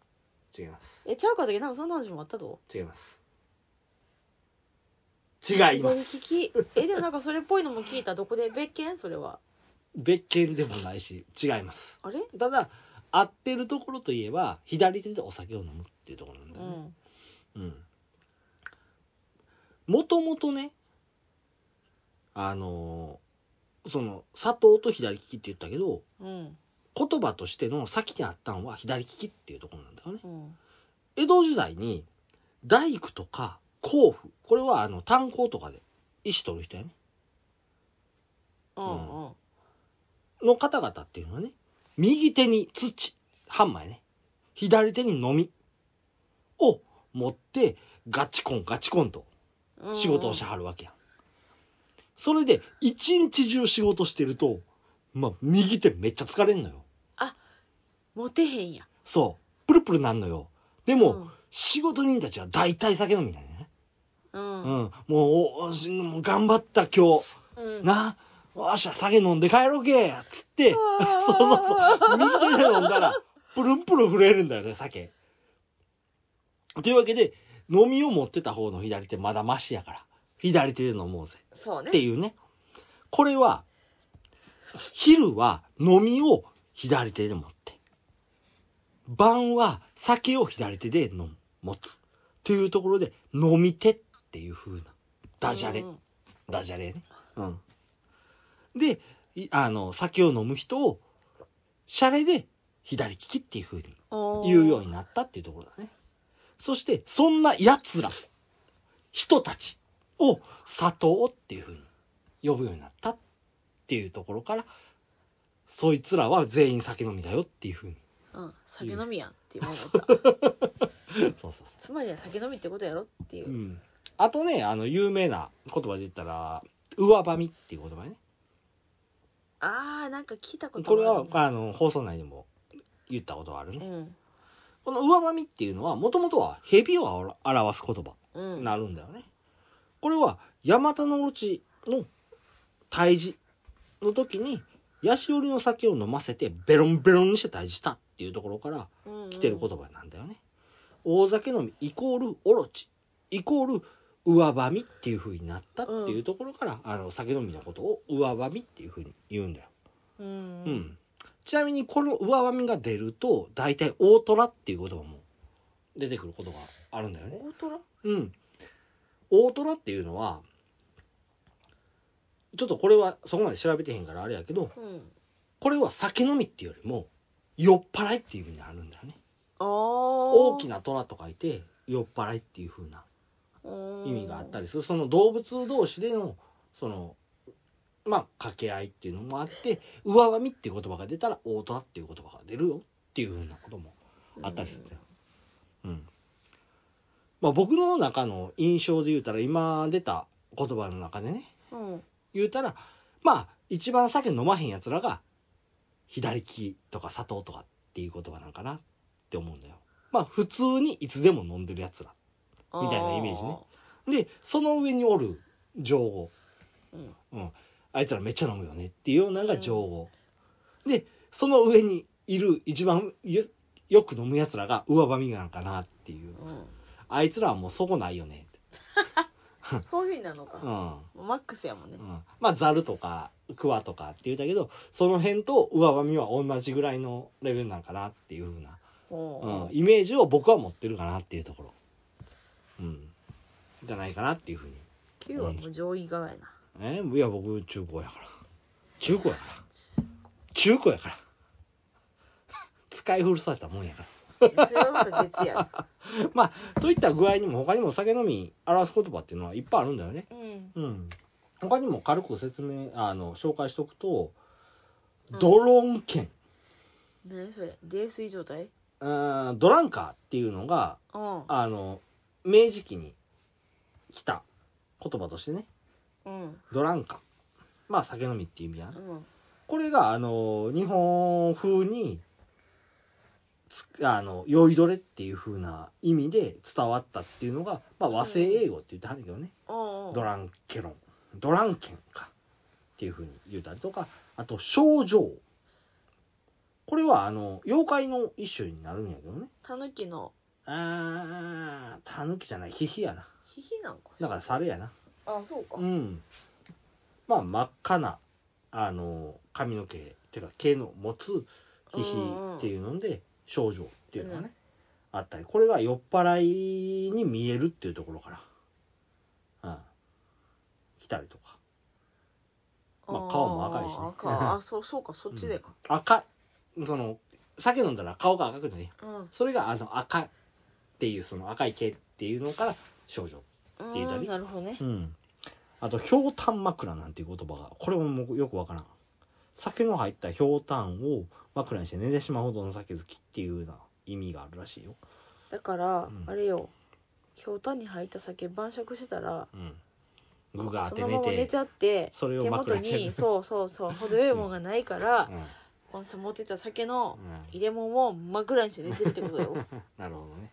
違います。えちゃうかったっけなんかそんな話もあったぞ違います。違います。左利きえでもなんかそれっぽいのも聞いたどこで別件それは別件でもないし、違います。あれただ、合ってるところといえば、左手でお酒を飲むっていうところなんだうよね。んもともとねあのーその砂糖と左利きって言ったけどうん言葉としての先にあったんは左利きっていうところなんだよねうん江戸時代に大工とか甲府これはあの炭鉱とかで石取る人やねうんうんの方々っていうのはね右手に土ハンマーやね左手にのみを持ってガチコンガチコンとうん仕事をしはるわけやん。それで、一日中仕事してると、まあ、右手めっちゃ疲れんのよ。モテへんやそう。プルプルなんのよ。でも、うん仕事人たちは大体酒飲みなんやね。うんうん。もうおおし、もう頑張った今日。うんな。わしゃ酒飲んで帰ろうけつって、わーそうそうそう。右手で飲んだら、プルンプルン震えるんだよね、酒。というわけで、飲みを持ってた方の左手まだマシやから。左手で飲もうぜ。そうってねいうね。これは、昼は飲みを左手で持って、晩は酒を左手で飲む、持つ。ってっていうところで「飲み手」っていう風なダジャレ、うんダジャレね。うん。で、いあの、酒を飲む人を、シャレで左利きっていう風におー言うようになったっていうところだね。そして、そんな奴ら、人たちを佐藤っていう風に呼ぶようになったっていうところから、そいつらは全員酒飲みだよっていう風に。うん、酒飲みやんって今思ったそうそうそう。つまりは酒飲みってことやろっていう、うん、あとねあの有名な言葉で言ったら上ばみっていう言葉ねあーなんか聞いたことこれあはるねあの放送内でも言ったことあるね、うんこの上ばみっていうのはもともとは蛇を表表す言葉うんになるんだよね、これはヤマタノオロチの退治の時にヤシオリの酒を飲ませてベロンベロンにして退治したっていうところからうんうん来てる言葉なんだよね、大酒飲みイコールオロチイコール上ばみっていう風になったっていうところから、あの酒飲みのことを上ばみっていう風に言うんだよ、うんうんちなみにこの上ばみが出ると大体大虎っていう言葉も出てくることがあるんだよね大トラうん大虎っていうのはちょっとこれはそこまで調べてへんからあれやけどうんこれは酒飲みっていうよりも酔っ払いっていう意味にあるんだよね大大きな虎と書いて酔っ払いっていう風な意意味があったりするその動物同士でのそのまあ掛け合いっていうのもあって上はみっていう言葉が出たら大虎っていう言葉が出るよっていう風なこともあったりするんだよ。うんまあ、僕の中の印象で言うたら今出た言葉の中でねうん言うたらまあ一番酒飲まへんやつらが左利きとか砂糖とかっていう言葉なんかなって思うんだよ。まあ普通にいつでも飲んでるやつら。みたいなイメージねでその上におる情語、うんうん、あいつらめっちゃ飲むよねっていうようなのが情語、でその上にいる一番よよく飲むやつらが上ばみなんかなっていうあーうんあいつらはもうそこないよねって、そういうふうになるのうんか、うん、マックスやもんねまあざるとかクワとかって言うたけどその辺と上ばみは同じぐらいのレベルなんかなっていうふうな、うんお、ーイメージを僕は持ってるかなっていうところ、うん、じゃないかなっていうふうに九はもう上位側やなえいや僕中古やから中古やから中古やから使い古されたもんやかそれはまた別やらまあといった具合にも他にもお酒飲み表す言葉っていうのはいっぱいあるんだよねうんうん他にも軽く説明あの紹介しとくとうんドロンケン、何それ泥酔状態うーん、ドランカーっていうのがうんあの明治期に来た言葉としてねうんドランカーまあ酒飲みっていう意味やねうんこれがあの日本風につあの酔いどれっていう風な意味で伝わったっていうのが、まあ、和製英語って言ってはるけどね、おードランケロンドランケンかっていう風に言うたりとかあと症状これはあの妖怪の一種になるんやけどねタヌキのあーたぬきじゃないヒヒやなヒヒなんかだから猿やなあそうかうんまあ真っ赤なあの髪の毛っていうか毛の持つ皮膚っていうので症状っていうのがね、あったりこれが酔っ払いに見えるっていうところから、うん、来たりとかまあ顔も赤いしねあ ー赤あそうそうかそっちでか赤いその酒飲んだら顔が赤くなるねうんそれがあの赤っていうその赤い毛っていうのから症状うん言うたりなるほどねうん、あと「ひょうたん枕」なんていう言葉がこれももうよくわからん酒の入ったひょうたんを枕にして寝てしまうほどの酒好きっていうような意味があるらしいよ、だからうんあれよひょうたんに入った酒晩酌してたらうん、具があっそての寝ままて寝ちゃってそれを手元枕にして にそうそうそう程よいもんがないからうんうんこの持ってた酒の入れ物を枕にして寝てるってこ とよなるほどね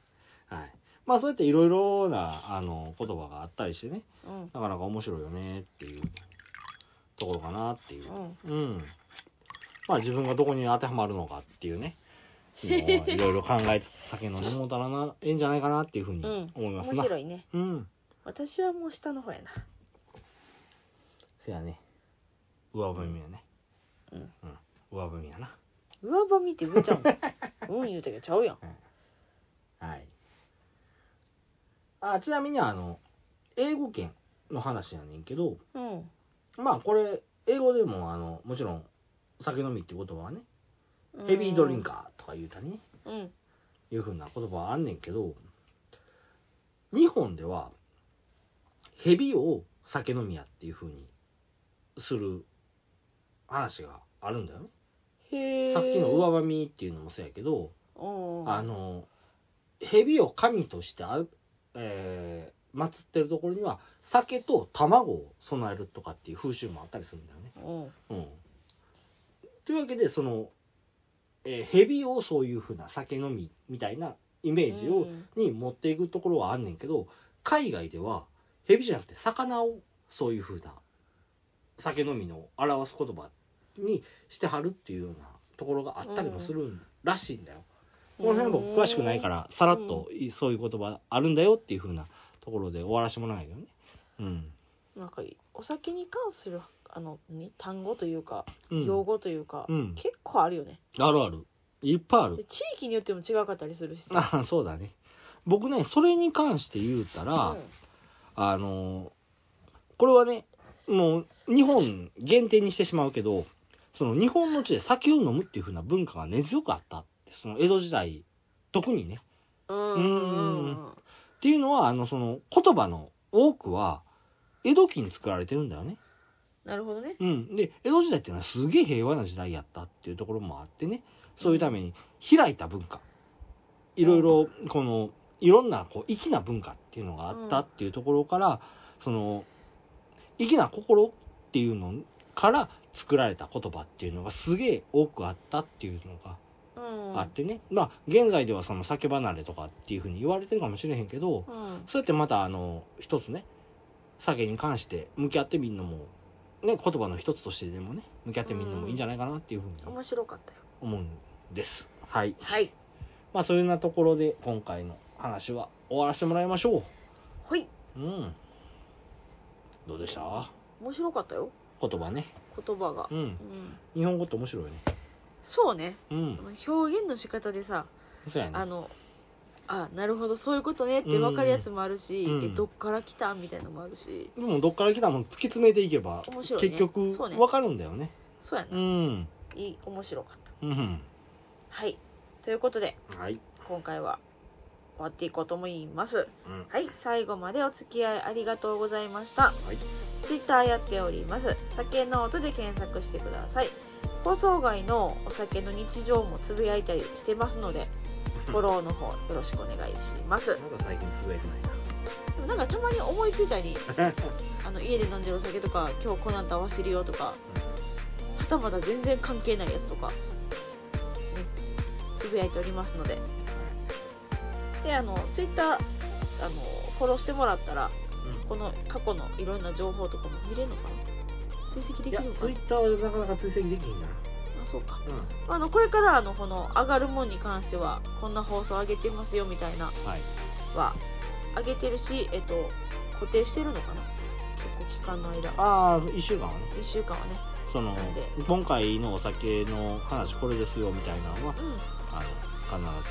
はいまあそうやっていろいろなあの言葉があったりしてねうんなかなか面白いよねっていうところかなっていううんうん。まあ自分がどこに当てはまるのかっていうね。もういろいろ考えつつ酒飲んでもうたらな、ええんじゃないかなっていうふううにん思いま面すな。白いねうん。私はもう下の方やなせやね。上踏みやね。うんうん。上踏みやな。上場見て上 ちゃうもんうん言うたけどちゃうやんはい。あちなみにあの英語圏の話やねんけどうんまあこれ英語でもあのもちろん酒飲みって言葉はねヘビードリンカーとか言うたりねうんいうふうな言葉はあんねんけど日本ではヘビを酒飲みやっていうふうにする話があるんだよね。へえさっきの上まみっていうのもそうやけど、うんあの蛇を神としてあ、えー、祀ってるところには酒と卵を備えるとかっていう風習もあったりするんだよね。うんうん、というわけでその、えー、蛇をそういうふうな酒飲みみたいなイメージを、うんに持っていくところはあんねんけど海外では蛇じゃなくて魚をそういうふうな酒飲みの表す言葉にしてはるっていうようなところがあったりもするらしいんだよ。この辺も詳しくないからさらっといそういう言葉あるんだよっていうふうなところで終わらせてもらわないよね。うんなんかお酒に関するあの何単語というか、うん用語というか、うん結構あるよねあるあるいっぱいあるで地域によっても違うかったりするしさ、あそうだね僕ねそれに関して言うたら、うんあのーこれはねもう日本限定にしてしまうけどその日本の地で酒を飲むっていう風な文化が根強くあったってその江戸時代特にねうんうんっていうのはあのその言葉の多くは江戸期に作られてるんだよね。なるほどねうん、で江戸時代っていうのはすげえ平和な時代やったっていうところもあってねそういうために開いた文化いろいろこのいろんなこう粋な文化っていうのがあったっていうところから、その粋な心っていうのから作られた言葉っていうのがすげえ多くあったっていうのがうんあってね、まあ現在ではその酒離れとかっていうふうに言われてるかもしれへんけど、うんそうやってまたあの一つね酒に関して向き合ってみるのも、ね、言葉の一つとしてでもね向き合ってみるのもいいんじゃないかなっていうふうに面白かったよ思うんです。はい、はいまあそういうようなところで今回の話は終わらせてもらいましょ。ほいううん、どうでした面白かったよ言葉ね、言葉が、うん、うん日本語って面白いよね。そうねうん、表現の仕方でさそうやあね。のあなるほどそういうことねって分かるやつもあるし、うんえどっから来たみたいなのもあるしでもどっから来たもん突き詰めていけば、面白いね結局そうねわかるんだよね。そうやな、うん、いい面白かったうん、はいということではい、今回は終わっていこうと思いますうん、はい最後までお付き合いありがとうございましたはい、ツイッターやっております酒ノートで検索してください放送外のお酒の日常もつぶやいたりしてます のでフォローの方よろしくお願いしますなんか最近つぶやいてないな。でもなんかたまに思いついたりあの家で飲んでるお酒とか今日この後合わせるよとかはたまた全然関係ないやつとか、ね、つぶやいておりますのでであのツイッターあのフォローしてもらったらこの過去のいろんな情報とかも見れるのかな追跡でいきやるのかツイなッターはなかなか追跡できひんなあそうかうんまああのこれからあのこの上がるもんに関してはこんな放送上げてますよみたいなはいは上げてるし、えっと、固定してるのかな結構期間の間ああ1週間はね1週間はねそのなんで今回のお酒の話これですよみたいなのはうあの必ず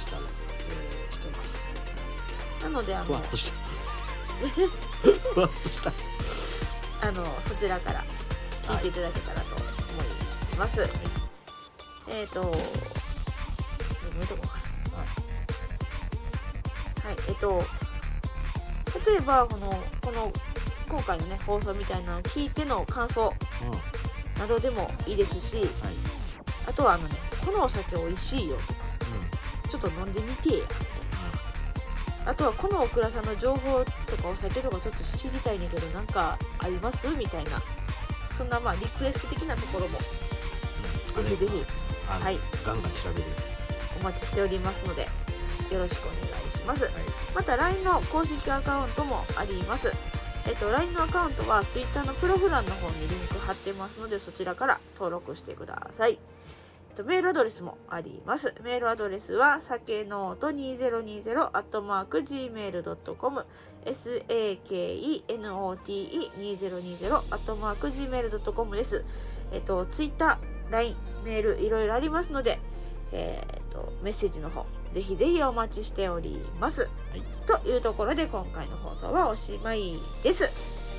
したら、えーしてますんなのであふわのっとしたふわっとしたあのそちらから聞いていただけたらと思います、えっ、ー、とどういうとこかはいなはいえっ、と例えばこのこの今回のね放送みたいなのを聞いての感想うんはなどでもいいですしい、あとはあのねこのお酒美味しいよとかちょっと飲んでみてやあとはこのオクラさんの情報とかお酒とかちょっと知りたいねんだけどなんかありますみたいなそんなまあリクエスト的なところもうんうぜんひぜひあのはいガンガン調べるお待ちしておりますのでよろしくお願いしますまた LINE の公式アカウントもありますえっと LINE のアカウントは Twitter のプロフ欄の方にリンク貼ってますのでそちらから登録してくださいえっとメールアドレスもありますメールアドレスはさけのうと 2020-gmail.com sakenote2020-gmail.com ですえっと Twitter、LINE、メールいろいろありますのでえーっとメッセージの方ぜひぜひお待ちしております、はいというところで今回の放送はおしまいです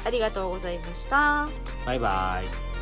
ありがとうございましたバイバイ